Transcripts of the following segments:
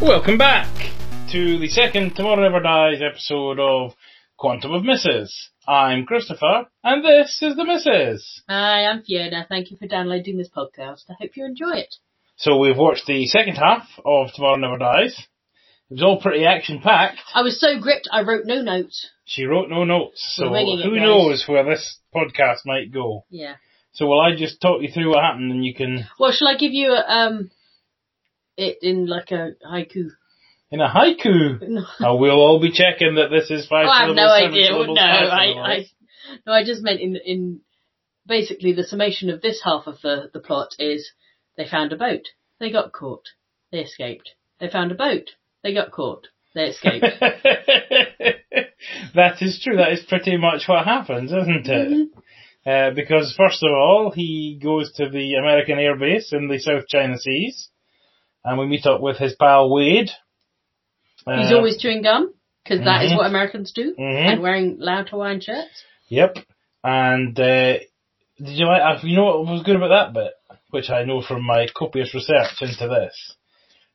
Welcome back to the second Tomorrow Never Dies episode of Quantum of Misses. I'm Christopher, and this is the Misses. Hi, I'm Fiona. Thank you for downloading this podcast. I hope you enjoy it. So we've watched the second half of Tomorrow Never Dies. It was all pretty action packed. I was so gripped I wrote no notes. She wrote no notes, so We're winging it, who guys. knows where this podcast might go. Yeah. So will I just talk you through what happened and you can, Well, shall I give you a, um it in like a haiku? in a haiku, No. uh, we'll all be checking that this is five Oh, I have syllables, no seven idea. syllables, No, five I, syllables. I, no, I just meant in in basically the summation of this half of the the plot is they found a boat, they got caught, they escaped. They found a boat, they got caught, they escaped. that is true. That is pretty much what happens, isn't it? Mm-hmm. Uh, because first of all, he goes to the American air base in the South China Seas, and we meet up with his pal Wade. Uh, He's always chewing gum because that is Mhm. what Americans do, Mhm. and wearing loud Hawaiian shirts. Yep. And uh, did you like? uh, You know what was good about that bit, which I know from my copious research into this,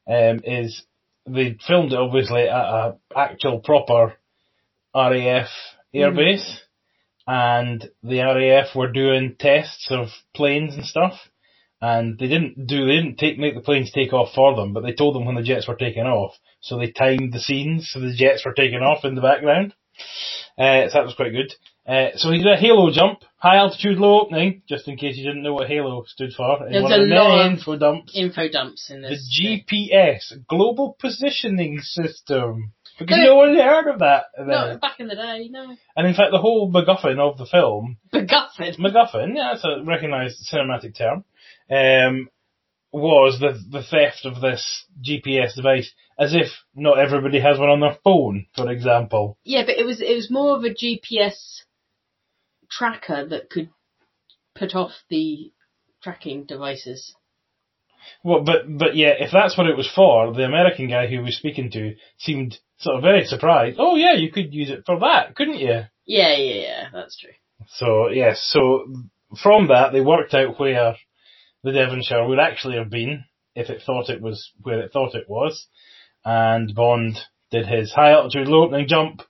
um, is they filmed it obviously at a actual proper RAF Hmm. airbase, and the RAF were doing tests of planes and stuff. And they didn't do, they didn't take, make the planes take off for them, but they told them when the jets were taking off. So they timed the scenes, so the jets were taking off in the background. Uh, so that was quite good. Uh, so he did a halo jump, high altitude, low opening, just in case you didn't know what halo stood for. in There's one a of the lot many of info dumps. Info dumps in The this. thing. GPS, Global Positioning System. Because No, no one had heard of that then. No, back in the day, no. And in fact, the whole MacGuffin of the film Beguffin. MacGuffin, yeah, that's a recognised cinematic term, um, was the the theft of this GPS device, as if not everybody has one on their phone, for example. Yeah, but it was it was more of a GPS tracker that could put off the tracking devices. Well, but but yeah, if that's what it was for, the American guy who was speaking to seemed sort of very surprised. Oh yeah, you could use it for that, couldn't you? Yeah, yeah, yeah, that's true. So yes, so from that they worked out where the Devonshire would actually have been if it thought it was where it thought it was, and Bond did his high altitude low opening jump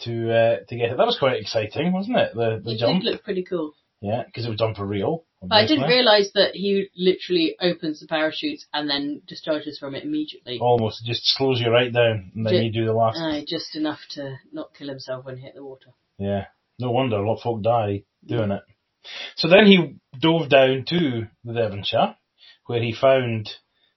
to uh, to get it. That was quite exciting, wasn't it? The the it jump, did look pretty cool. yeah, because it was done for real. But I didn't obviously. realise that he literally opens the parachutes and then discharges from it immediately. Uh, Almost it just slows you right down, and then Did- you do the last. Uh, just enough to not kill himself when he hit the water. Yeah. No wonder a lot of folk die doing it. So then he dove down to the Devonshire, where he found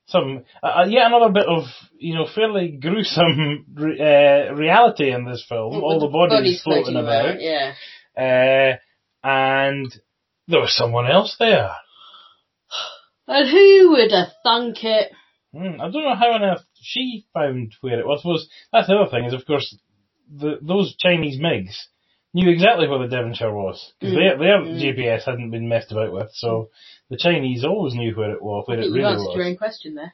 some, uh, uh, yet another bit of, you know, fairly gruesome re- uh, reality in this film. All the With bodies, floating, about. Yeah. Uh, and there was someone else there. And who would have thunk it? Mm, I don't know how on earth she found where it was. was that's the other thing is, of course, the, those Chinese MiGs knew exactly where the Devonshire was because their, their GPS hadn't been messed about with. So the Chinese always knew where it was, where I it think you really answered your was. own question there.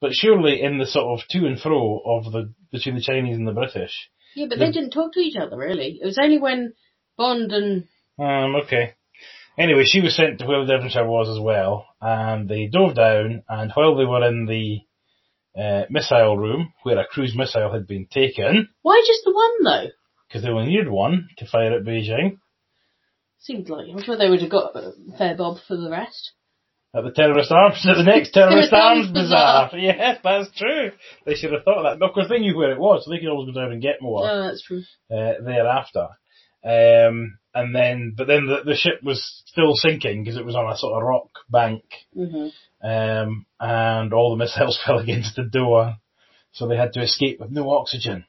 But surely in the sort of to and fro of the between the Chinese and the British. Yeah, but The- they didn't talk to each other really. It was only when Bond and Um, okay. Anyway, she was sent to where the Devonshire was as well, and they dove down. And while they were in the uh, missile room, where a cruise missile had been taken, why just the one though? because they only needed one to fire at Beijing. Seemed like I'm sure they would have got a fair bob for the rest. At the terrorist arms, at the next terrorist Terrorist arms arms bazaar. Yes, that's true. They should have thought of that. But of course, they knew where it was, so they could always go down and get more No, that's true. uh, thereafter. Um, and then, but then the, the ship was still sinking because it was on a sort of rock bank, hmm um, and all the missiles fell against the door, so they had to escape with no oxygen.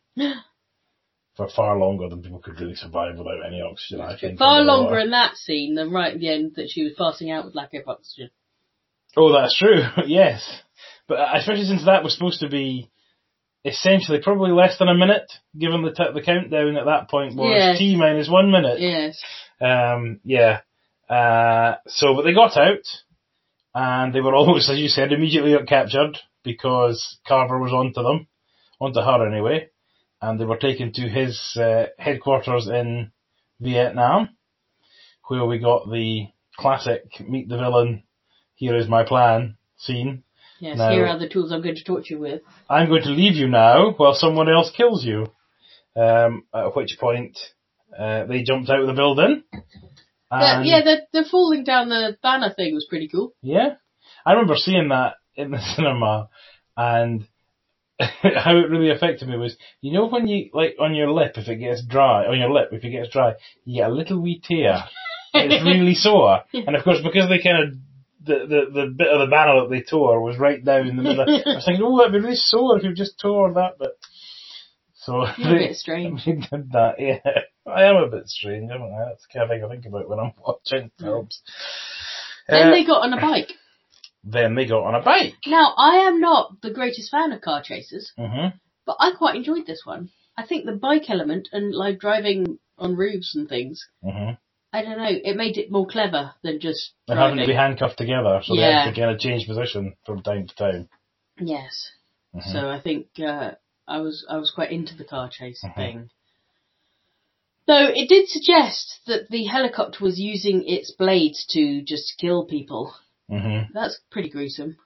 For far longer than people could really survive without any oxygen, I think. Far underwater. longer in that scene than right at the end that she was passing out with lack of oxygen. Oh, that's true. yes, but uh, especially since that was supposed to be essentially probably less than a minute, given the t- the countdown at that point was Yes. t minus one minute. Yes. Um, yeah. Uh, so, but they got out, and they were almost, as you said, immediately got captured because Carver was onto them, onto her anyway, and they were taken to his uh, headquarters in Vietnam, where we got the classic meet the villain, here is my plan scene. Yes, No. here are the tools I'm going to torture you with. I'm going to leave you now while someone else kills you. Um, at which point, uh, they jumped out of the building. That- And- yeah, the, the falling down the banner thing was pretty cool. Yeah. I remember seeing that in the cinema and how it really affected me was, you know when you, like, on your lip, if it gets dry, on your lip, if it gets dry, you get a little wee tear. it's really sore. And of course, because they kind of, the, the, the bit of the banner that they tore was right down in the middle. I was thinking, oh, that'd be really sore if you just tore that bit. So You're a they- bit strange. we did that, yeah. I am a bit strange, am I? That's the kind of thing I think about when I'm watching films. then Uh, they got on a bike. then they got on a bike. Now, I am not the greatest fan of car chases, Mm-hmm. but I quite enjoyed this one. I think the bike element and like driving on roofs and things, Mm-hmm. I don't know, it made it more clever than just They're having to driving. be handcuffed together, so they Yeah. have to kind of change position from time to time. Yes. Mhm. So I think uh, I was I was quite into the car chase Mm-hmm. thing. Though it did suggest that the helicopter was using its blades to just kill people. Mm-hmm. That's pretty gruesome.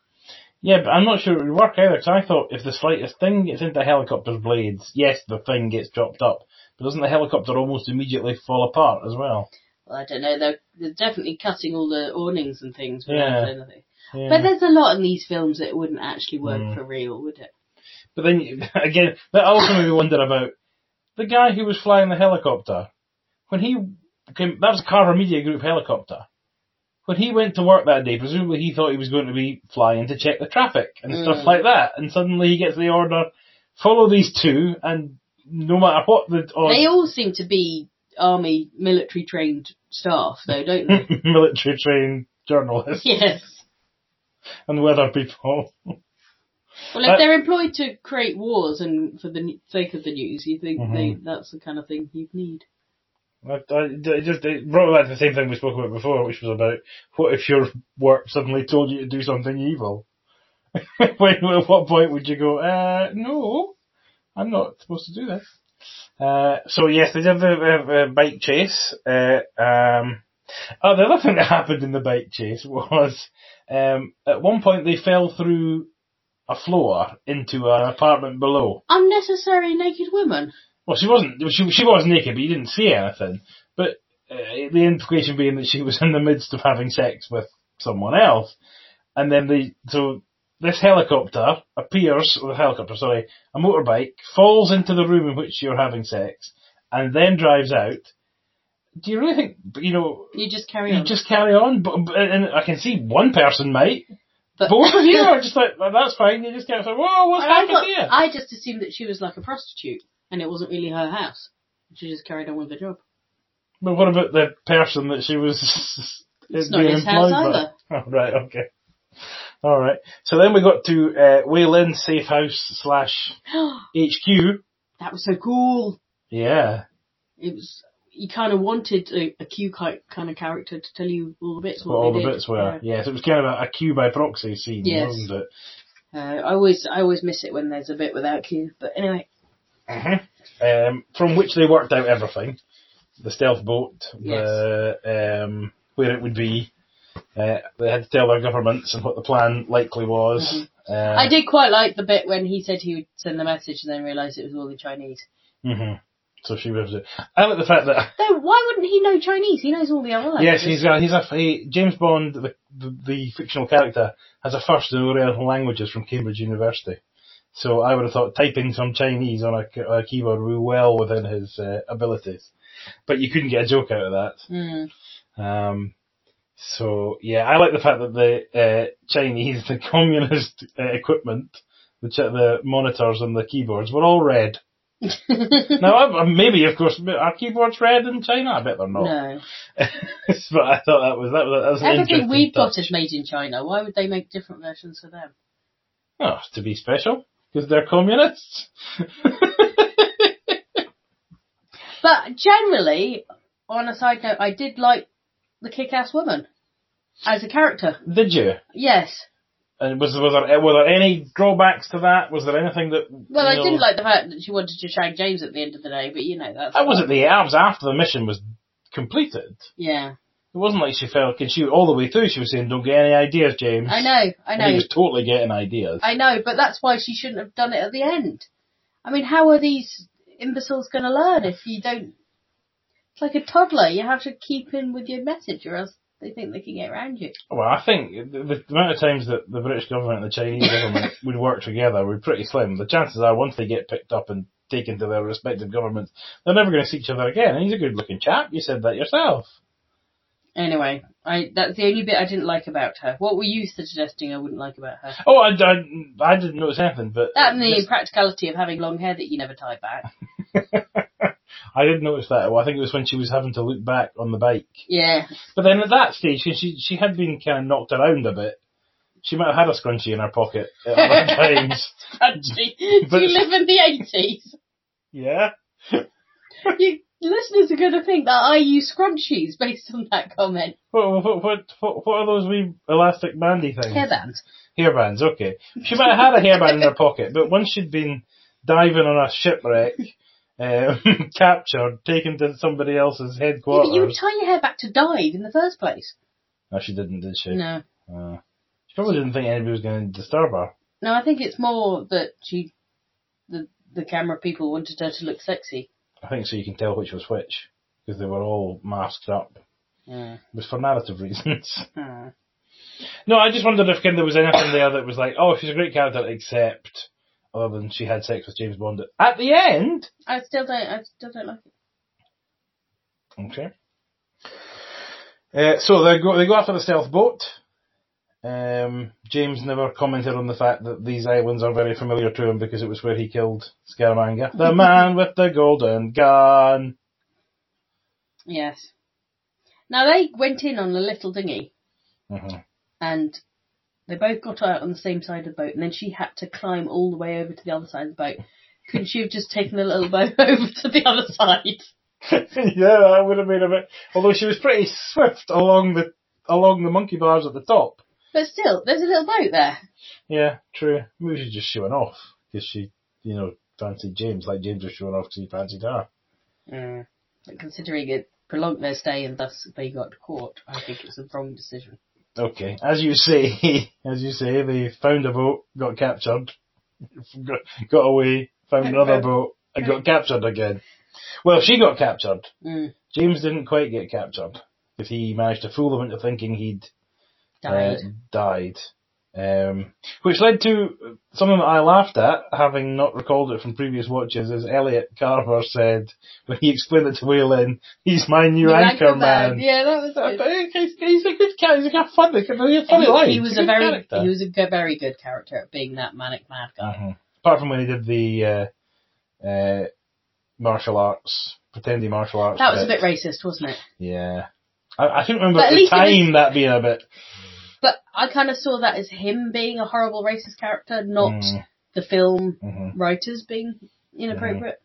Yeah, but I'm not sure it would work either, because I thought if the slightest thing gets into a helicopter's blades, yes, the thing gets chopped up, but doesn't the helicopter almost immediately fall apart as well? Well, I don't know. They're, they're definitely cutting all the awnings and things. without Yeah. saying anything. Yeah. But there's a lot in these films that wouldn't actually work Mm. for real, would it? But then, you- again, that also made me wonder about the guy who was flying the helicopter. When he came, that was Carver Media Group helicopter. When he went to work that day, presumably he thought he was going to be flying to check the traffic and Mm. stuff like that. And suddenly he gets the order, follow these two, and no matter what the or They all seem to be army military trained staff, though, don't they? military trained journalists yes. and weather people. Well, if Uh, they're employed to create wars and for the n- sake of the news, you think they, Mhm. that's the kind of thing you'd need. I, I, it just it brought back to the same thing we spoke about before, which was about what if your work suddenly told you to do something evil? when, at what point would you go, uh, no, I'm not supposed to do this? Uh, so yes, they did the uh, uh, bike chase. Uh, um, oh, the other thing that happened in the bike chase was um, at one point they fell through a floor into an apartment below. Unnecessary naked woman. Well, she wasn't. She she was naked, but you didn't see anything. But uh, the implication being that she was in the midst of having sex with someone else, and then they so this helicopter appears. Or the helicopter, sorry, a motorbike falls into the room in which you're having sex, and then drives out. Do you really think you know? You just carry You on. just carry on, but, but- and I can see one person might. But- Both of you are just like "Well, that's fine. You just get like, whoa, what's And I, happened thought, here? I just assumed that she was like a prostitute and it wasn't really her house. She just carried on with her job. But what about the person that she was? It's not his house either. By? Oh, right. Okay. All right. So then we got to uh, Wayland Safe House slash HQ. that was so cool. Yeah. It was. You kind of wanted a, a Q ki- kind of character to tell you all the bits. What What all they the did. bits were. Yes, it was kind of a, a Q by proxy scene, Yes. wasn't it? Uh, I always, I always miss it when there's a bit without Q. But anyway, Mhm. Um, from which they worked out everything: the stealth boat, Yes. the um, where it would be. Uh, they had to tell their governments and what the plan likely was. Uh, Mm-hmm. I did quite like the bit when he said he would send the message and then realised it was all in Chinese. hmm So she was. I like the fact that Though, why wouldn't he know Chinese? He knows all the other languages. Yes, he's a, he's a he, James Bond, the, the the fictional character, has a first in Oriental languages from Cambridge University. So I would have thought typing some Chinese on a, a keyboard would be well within his uh, abilities, but you couldn't get a joke out of Mm. that. Um, so yeah, I like the fact that the uh, Chinese, the communist uh, equipment, the ch- the monitors and the keyboards were all red. Hmm. Now I, maybe of course are keyboards red in China? I bet they're not no. but I thought that was that was, that was an Everything interesting we've got touch. is made in China. Why would they make different versions for them? Oh, to be special because they're communists. But generally, on a side note, I did like the kick-ass woman as a character. Did you? Yes. And was was there were there any drawbacks to that? Was there anything that? Well, you I know- didn't like the fact that she wanted to shag James at the end of the day, but you know that's That wasn't the. That was after the mission was completed. Yeah. It wasn't like she felt could shoot all the way through. She was saying, "Don't get any ideas, James." I know, I And he know, was totally getting ideas. I know, but that's why she shouldn't have done it at the end. I mean, how are these imbeciles going to learn if you don't? It's like a toddler. You have to keep in with your message, or else they think they can get around you. Well, I think the, the amount of times that the British government and the Chinese government would work together would be pretty slim. The chances are, once they get picked up and taken to their respective governments, they're never going to see each other again. And he's a good-looking chap. You said that yourself. Anyway, I that's the only bit I didn't like about her. What were you suggesting I wouldn't like about her? Oh, I, I, I didn't notice anything, but That and the just- practicality of having long hair that you never tie back. I did notice that. Well, I think it was when she was having to look back on the bike. Yeah, But then at that stage, 'cause she she had been kind of knocked around a bit. She might have had a scrunchie in her pocket at other times. country. Do But- you live in the eighties? Yeah. you listeners are going to think that I use scrunchies based on that comment. What what what what, what are those wee elastic bandy things? Hairbands. Hairbands. Okay. She might have had a hairband in her pocket, but once she'd been diving on a shipwreck, um, captured, taken to somebody else's Yeah, but you would headquarters. tie your hair back to dive in the first place. No, she didn't, did she? No, Uh, she probably didn't think anybody was going to disturb her. no, I think it's more that she, the the camera people wanted her to look sexy. I think so you can tell which was which because they were all masked up. Yeah. It was for narrative reasons. Ah. No, I just wondered if kind, there was anything there that was like, oh, she's a great character, except other than she had sex with James Bond at the end. I still don't. I still don't like it. Okay. Uh, so they go they go after the stealth boat. Um, James never commented on the fact that these islands are very familiar to him because it was where he killed Scaramanga, the man with the golden gun. Yes. Now they went in on a little dinghy Mhm. and they both got out on the same side of the boat, and then she had to climb all the way over to the other side of the boat. Couldn't she have just taken the little boat over to the other side? yeah, that would have been a bit. Although she was pretty swift along the along the monkey bars at the top. But still, there's a little boat there. Yeah, true. Maybe she's just showing off because she, you know, fancied James like James was showing off because he fancied her. Mm. But considering it prolonged their stay and thus they got caught, I think it's the wrong decision. Okay, as you say, as you say, they found a boat, got captured, got, got away, found another boat, and got captured again. Well, she got captured. Mm. James didn't quite get captured because he managed to fool them into thinking he'd Died. Uh, died. Um, which led to something that I laughed at, having not recalled it from previous watches, is Elliot Carver said when he explained it to Waylon, he's my new Your anchor, anchor man. Yeah, that was Uh, good. but He's, he's a good guy. He's got fun. He's got a funny life. He, he was He's a good very character. he was a g- very good character at being that manic mad guy. Mhm. Apart from when he did the uh, uh, martial arts, pretending martial arts. That was a bit racist, wasn't it? Yeah, I, I don't remember But at at the least it was- time that being a bit. But I kind of saw that as him being a horrible racist character, not Mm, the film mhm. writers being inappropriate.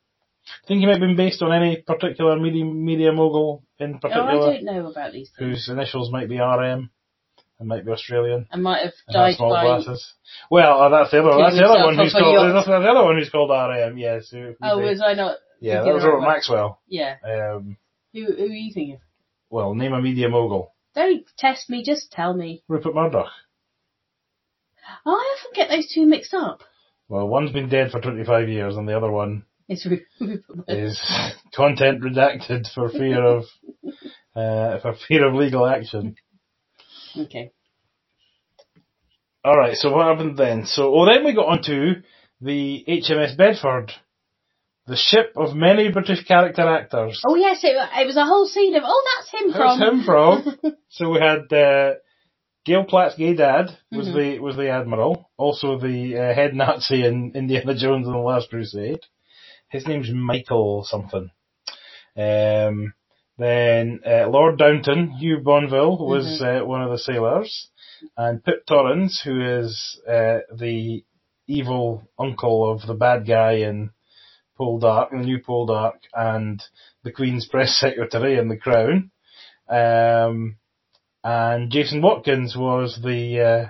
think he might have been based on any particular media, media mogul in Oh, I particular, don't know about these things. whose initials might be RM and might be Australian I might have and died has small by glasses. Well, uh, that's the other. That's the other himself one who's off a called. yacht. That's the other one who's called RM. Yes. who- who Oh, they- was I not? yeah, that thinking was the right Robert one? Maxwell. Yeah. Um, Who, who are you thinking? of? well, name a media mogul. Don't test me. Just tell me. Rupert Murdoch. Oh, I often get those two mixed up. Well, one's been dead for 25 years, and the other one It's Ru- Rupert. Murdoch. is content redacted for fear of uh, for fear of legal action. Okay. All right. So what happened then? So, well, then we got onto the HMS Bedford, the ship of many British character actors. Oh yes, it, it was a whole scene of oh that's him Where's from. Uh-huh. him from? so we had uh, Gail Platt's gay dad was the was the admiral, also the uh, head Nazi in Indiana Jones and the Last Crusade. His name's Michael something. Um, then uh, Lord Downton, Hugh Bonville, was uh, one of the sailors, and Pip Torrens, who is uh, the evil uncle of the bad guy in Poldark, the new Poldark, and the Queen's press secretary in The Crown. Um, and Jason Watkins was the uh,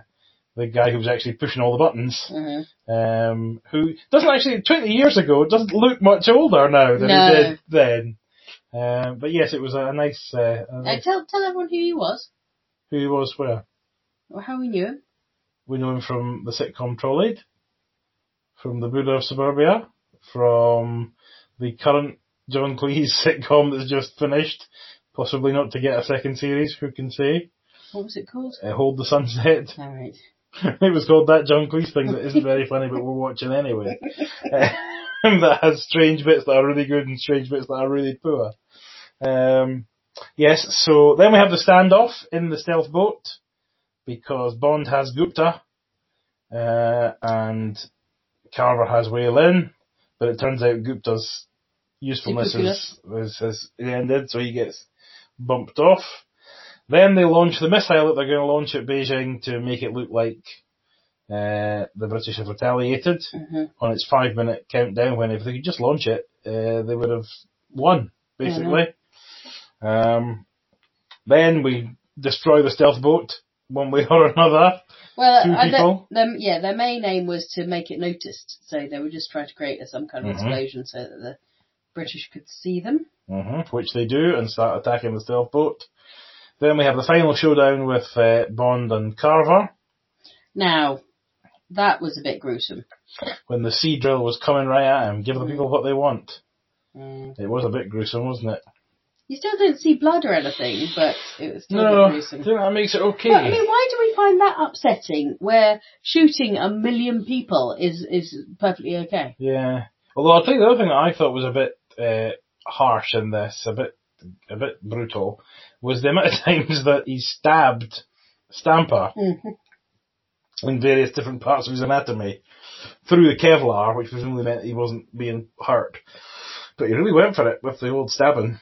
the guy who was actually pushing all the buttons. Mhm. Um, who doesn't actually twenty years ago doesn't look much older now than No. he did then. Um, but yes, it was a, a nice. Uh, a Uh, nice tell tell everyone who he was who he was where or how we knew him. we know him from the sitcom Trollade, from the Buddha of Suburbia, from the current John Cleese sitcom that's just finished, possibly not to get a second series. Who can say? What was it called? Uh, Hold the Sunset. All right. it was called that John Cleese thing that isn't very funny, but we're watching anyway. Um, that has strange bits that are really good and strange bits that are really poor. Um, yes, so then we have the standoff in the stealth boat because Bond has Gupta uh, and Carver has Waylon, but it turns out Gupta's usefulness is, is, has ended, so he gets bumped off. Then they launch the missile that they're going to launch at Beijing to make it look like uh, the British have retaliated hmm on its five minute countdown when if they could just launch it, uh, they would have won, basically. Mm-hmm. Um, then we destroy the stealth boat one way or another. Well, Two I don't- people? them- yeah, their main aim was to make it noticed, so they were just trying to create a, some kind of Mhm. explosion so that the British could see them. hmm Mm-hmm. which they do, and start attacking the stealth boat. Then we have the final showdown with uh, Bond and Carver Now, that was a bit gruesome. when the sea drill was coming right at him. Give the people what they want. Mm. It was a bit gruesome, wasn't it? You still don't see blood or anything, but it was still a No, bit I gruesome. think that makes it okay. But I mean, why do we find that upsetting? Where shooting a million people is is perfectly okay. Yeah. Although I'll tell you the other thing that I thought was a bit uh, harsh in this, a bit a bit brutal, was the amount of times that he stabbed Stamper Mhm. in various different parts of his anatomy through the Kevlar, which presumably meant he wasn't being hurt. But he really went for it with the old stabbing.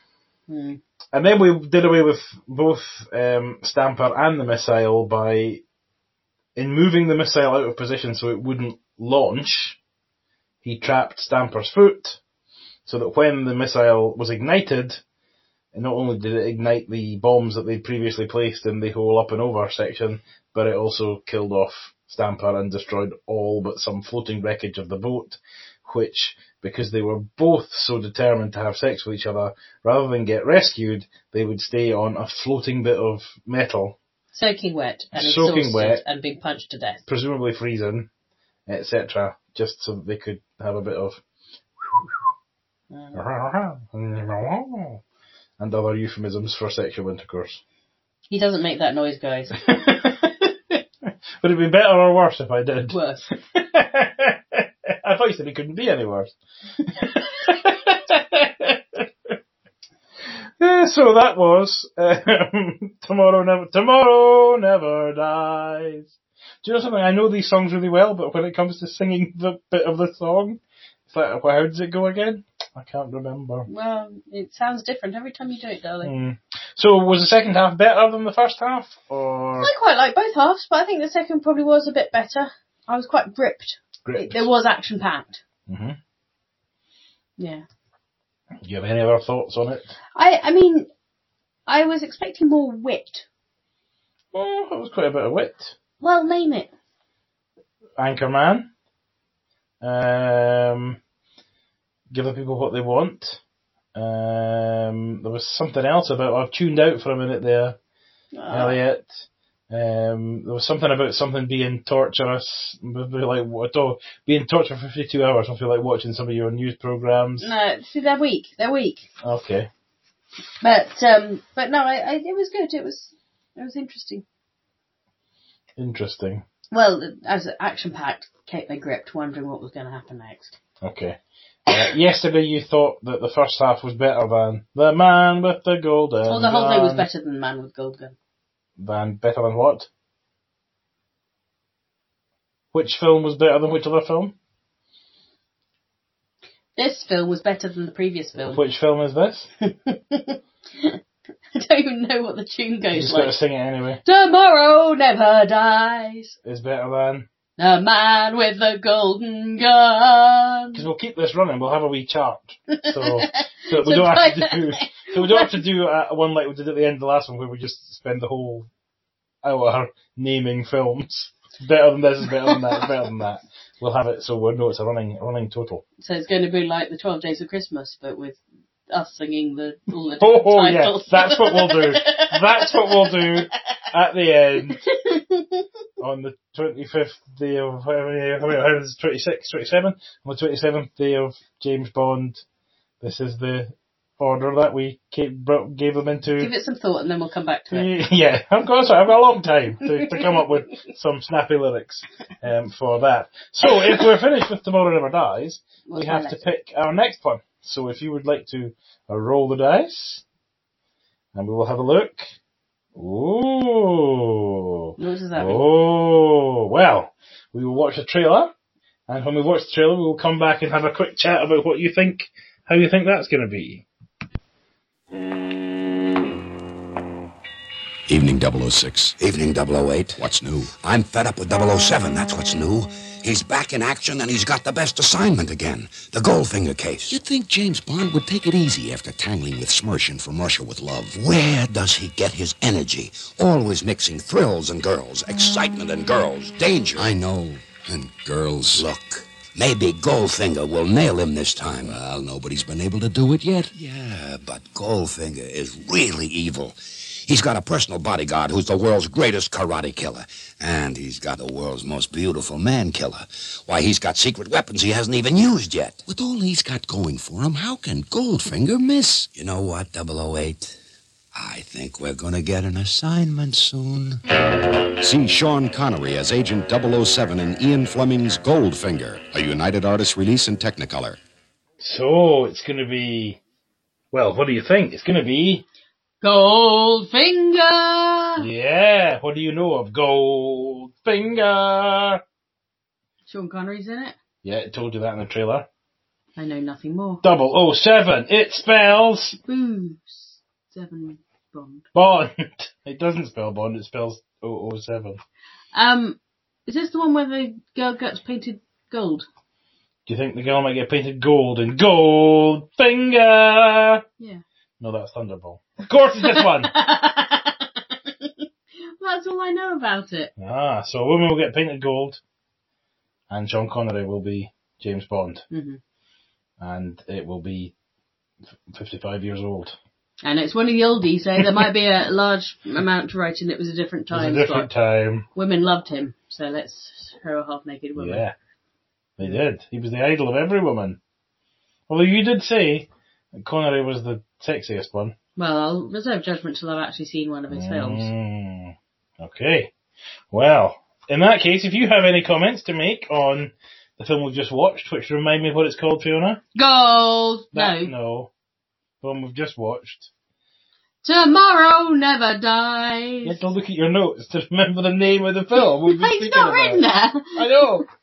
Mm. And then we did away with both um, Stamper and the missile by in moving the missile out of position so it wouldn't launch. He trapped Stamper's foot so that when the missile was ignited, and not only did it ignite the bombs that they'd previously placed in the whole up and over section, but it also killed off Stamper and destroyed all but some floating wreckage of the boat, which, because they were both so determined to have sex with each other, rather than get rescued, they would stay on a floating bit of metal, Soaking wet and Soaking exhausted wet. and being punched to death. presumably freezing, etc., just so that they could have a bit of Mm. and other euphemisms for sexual intercourse. He doesn't make that noise, guys. Would it be better or worse if I did? Worse. I thought you said it couldn't be any worse. Yeah, so that was um, tomorrow never tomorrow never dies. Do you know something? I know these songs really well, but when it comes to singing the bit of the song, it's like, well, how does it go again? I can't remember. Well, it sounds different every time you do it, darling. Hmm. So was the second half better than the first half, or I quite like both halves, but I think the second probably was a bit better. I was quite gripped. It, great? there was action packed. Mhm. Yeah. Do you have any other thoughts on it? I I mean, I was expecting more wit. Oh, that was quite a bit of wit. Well, name it. Anchorman. Um, give the people what they want. Um, there was something else about. I've tuned out for a minute there, Ah. Elliot. Um, there was something about something being torturous, maybe like what? Oh, being tortured for fifty-two hours. I feel like watching some of your news programs. No, see, they're weak. They're weak. Okay. But um, but no, I, I it was good. It was it was interesting. Interesting. Well, as action packed, Kate they gripped, wondering what was going to happen next. Okay. Uh, yesterday you thought that the first half was better than The Man with the Golden Well, the whole thing was Gun. better than Man with Gold Gun. Than better than what? Which film was better than which other film? This film was better than the previous film. Which film is this? I don't even know what the tune You goes just got to like. sing it anyway. Tomorrow never dies. Is better than The man with the golden gun. because we'll keep this running. We'll have a wee chart, so so we So don't have to try- do so we don't have to do uh, one like we did at the end of the last one where we just spend the whole hour naming films. Better than this is better than that. better than that. We'll have it so we know it's a running running total. So it's going to be like the Twelve Days of Christmas, but with us singing the all the Oh, oh yes, titles. that's what we'll do. That's what we'll do at the end on the 25th day of uh, whatever, whatever it is, 26, 27, on the 27th day of James Bond. This is the order that we ca- bro- gave them into. Give it some thought and then we'll come back to it. Yeah, of course, I've got a long time to, to come up with some snappy lyrics um, for that. So if we're finished with Tomorrow Never Dies, We'll we try have to next. pick our next one. So if you would like to uh, roll the dice, and we will have a look. Ooh. What does that mean? Oh, well, we will watch a trailer, and when we watch the trailer, we will come back and have a quick chat about what you think, how you think that's going to be. Evening 006. Evening 008. What's new? I'm fed up with 007. That's what's new. He's back in action and he's got the best assignment again the Goldfinger case. You'd think James Bond would take it easy after tangling with Smershin from Russia with Love. Where does he get his energy? Always mixing thrills and girls, excitement and girls, danger. I know. And girls. Look, maybe Goldfinger will nail him this time. Well, nobody's been able to do it yet. Yeah, but Goldfinger is really evil. He's got a personal bodyguard who's the world's greatest karate killer. And he's got the world's most beautiful man killer. Why, he's got secret weapons he hasn't even used yet. With all he's got going for him, how can Goldfinger miss? You know what, 008? I think we're going to get an assignment soon. See Sean Connery as Agent 007 in Ian Fleming's Goldfinger, a United Artists release in Technicolor. So it's going to be, well, what do you think? It's going to be, Goldfinger! Mm. yeah, what do you know of Goldfinger? Sean Connery's in it. Yeah, I told you that in the trailer. I know nothing more. 007, it spells Booze. Seven Bond. Bond. It doesn't spell Bond, it spells 007. Um, is this the one where the girl gets painted gold? Do you think the girl might get painted gold in Goldfinger? Yeah. No, that's Thunderball. Of course it's this one! That's all I know about it. ah, so a woman will get painted gold, and Sean Connery will be James Bond, hmm and it will be f- 55 years old. And it's one of the oldies, so there might be a large amount to write, and it was a different It was a time. different slot. time. Women loved him, so let's throw a half-naked woman. Yeah, they did. He was the idol of every woman. Although you did say that Connery was the sexiest one. Well, I'll reserve judgment till I've actually seen one of his films. Mm, okay. Well, in that case, if you have any comments to make on the film we've just watched, which remind me of what it's called, Fiona? Gold! That- no. No. The one we've just watched. Tomorrow never dies. You have to look at your notes to remember the name of the film. We've been it's speaking not about. written there. I know.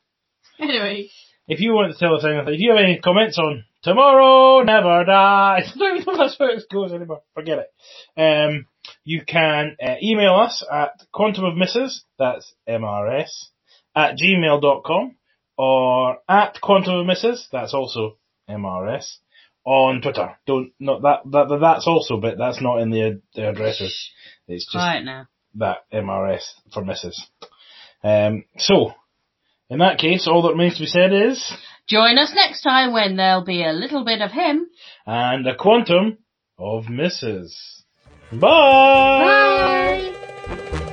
Anyway, If you want to tell us anything, if you have any comments on Tomorrow Never Dies, I don't even know if that's where it goes anymore. Forget it. Um, you can uh, email us at Quantum of Misses, that's MRS, at gmail.com, or at Quantum of Misses, that's also MRS, on Twitter. Don't, not that, that, that that's also, but that's not in the, the addresses. It's just quiet now. that MRS for Misses. Um, so, in that case, all that remains to be said is, Join us next time when there'll be a little bit of him. and a quantum of misses. Bye. Bye.